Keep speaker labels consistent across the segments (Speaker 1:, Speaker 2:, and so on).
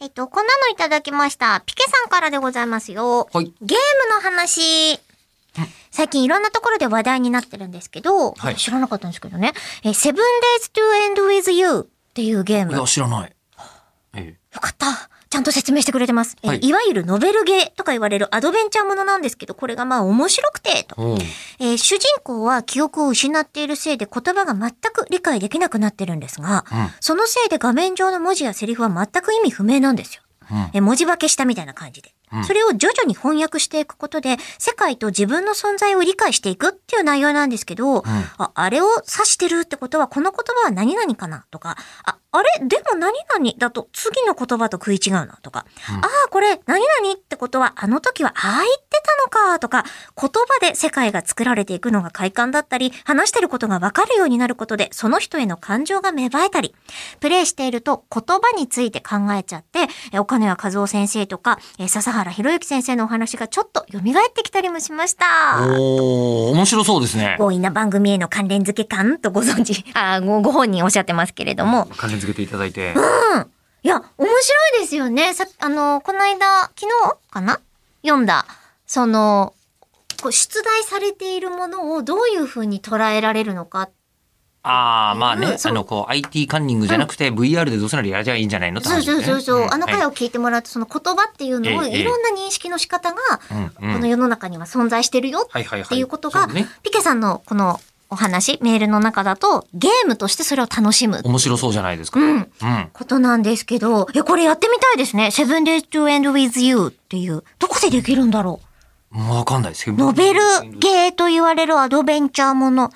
Speaker 1: えっと、こんなのいただきました。ピケさんからでございますよ。
Speaker 2: はい。
Speaker 1: ゲームの話。最近いろんなところで話題になってるんですけど、
Speaker 2: はい
Speaker 1: 知らなかったんですけどね。えー、セブンデイズ・トゥ・エンド・ウィズ・ユーっていうゲーム。
Speaker 2: い
Speaker 1: よ
Speaker 2: や、知らない。え
Speaker 1: かった。ちゃんと説明してくれてます。えー
Speaker 2: はい
Speaker 1: い、わゆるノベルゲーとか言われるアドベンチャーものなんですけど、これがまあ面白くて、と
Speaker 2: え。うん。
Speaker 1: えー主人公は記憶を失っているせいで言葉が全く理解できなくなってるんですが、
Speaker 2: うん
Speaker 1: そのせいで画面上の文字やセリフは全く意味不明なんですよ。
Speaker 2: うん
Speaker 1: えー文字化けしたみたいな感じで。
Speaker 2: うん
Speaker 1: それを徐々に翻訳していくことで、世界と自分の存在を理解していくっていう内容なんですけど、あ、あれを指してるってことは、この言葉は何々かなとか、あ、あれでも何々だと次の言葉と食い違うなとか、ああ、これ何々ってことは、あの時はああ言ってたのかとか、言葉で世界が作られていくのが快感だったり、話してることがわかるようになることで、その人への感情が芽生えたり、プレイしていると言葉について考えちゃって、え岡野谷和夫先生とか、え笹原博之先生のお話がちょっと蘇ってきたりもしました。
Speaker 2: おー、面白そうですね。
Speaker 1: 強引な番組への関連付け感とご存知、あーごご本人おっしゃってますけれども。
Speaker 2: 関連付けていただいて。
Speaker 1: いや、面白いですよね。さ、あの、この間、昨日かな読んだ、その、こう出題されているものをどういうふうに捉えられるのか。
Speaker 2: ああ、まあ
Speaker 1: う
Speaker 2: ね
Speaker 1: ん、そ
Speaker 2: あ
Speaker 1: う
Speaker 2: の、こう、IT カンニングじゃなくて、VR でどうせならやれちゃいいんじゃないのって
Speaker 1: そう
Speaker 2: 話です
Speaker 1: そう
Speaker 2: ね
Speaker 1: そうそう。あの回
Speaker 2: は
Speaker 1: を聞いてもらうと、その言葉っていうのを、
Speaker 2: ええええ
Speaker 1: いろんな認識の仕方が、
Speaker 2: いうんう
Speaker 1: この
Speaker 2: ん
Speaker 1: 世の中には存在してるよ
Speaker 2: はいはいはい。
Speaker 1: っていうことが、
Speaker 2: そうね
Speaker 1: ピケさんのこのお話、メールの中だと、ゲームとしてそれを楽しむ。
Speaker 2: 面白そうじゃないですか。
Speaker 1: う
Speaker 2: うん。
Speaker 1: ん。ことなんですけど、え、これやってみたいですね。セブンデイ s to End with You っていう。どこでできるんだろ
Speaker 2: もうわかんないですけど。
Speaker 1: う。ノベルゲーと言われるアドベンチャーもの。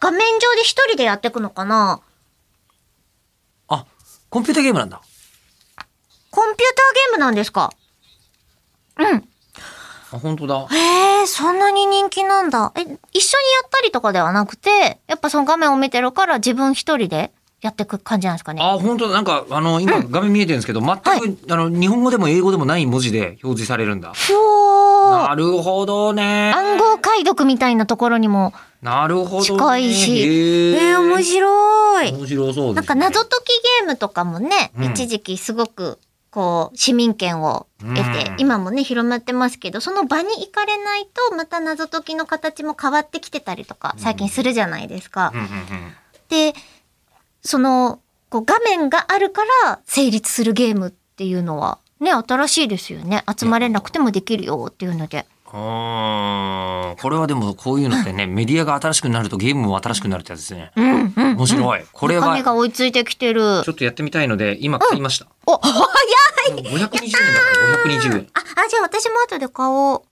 Speaker 1: 画面上で一人でやっていくのかな
Speaker 2: あ、コンピューターゲームなんだ。
Speaker 1: コンピューターゲームなんですかうん。
Speaker 2: あ、本当だ。
Speaker 1: へえ、そんなに人気なんだ。え、一緒にやったりとかではなくて、やっぱその画面を見てるから自分一人でやっていく感じなんですかね。
Speaker 2: あ、本当だ。なんか、あの、今、画面見えてるんですけど、全く、あの、日本語でも英語でもない文字で表示されるんだ。
Speaker 1: ほー。
Speaker 2: なるほどね。
Speaker 1: 暗号解読みたいなところにも
Speaker 2: なるほどね。
Speaker 1: 近いし。
Speaker 2: へ
Speaker 1: えー、面白い。
Speaker 2: 面白そうですね。
Speaker 1: なんか謎解きゲームとかもね、
Speaker 2: うん
Speaker 1: 一時期すごくこう市民権を得て、
Speaker 2: うん
Speaker 1: 今もね広まってますけどその場に行かれないとまた謎解きの形も変わってきてたりとか最近するじゃないですか。
Speaker 2: うんうんうん。
Speaker 1: でそのこう画面があるから成立するゲームっていうのはね新しいですよね集まれなくてもできるよっていうので。
Speaker 2: うーんこれはでもこういうのってね、メディアが新しくなるとゲームも新しくなるってやつですね。
Speaker 1: うんうん、
Speaker 2: 面白い。これは
Speaker 1: 神が追いついてきてる
Speaker 2: ち。ょっとやってみたいので、今買いました。
Speaker 1: お、早い
Speaker 2: 520円だから520円。
Speaker 1: あ、あ、じゃあ私も後で買おう。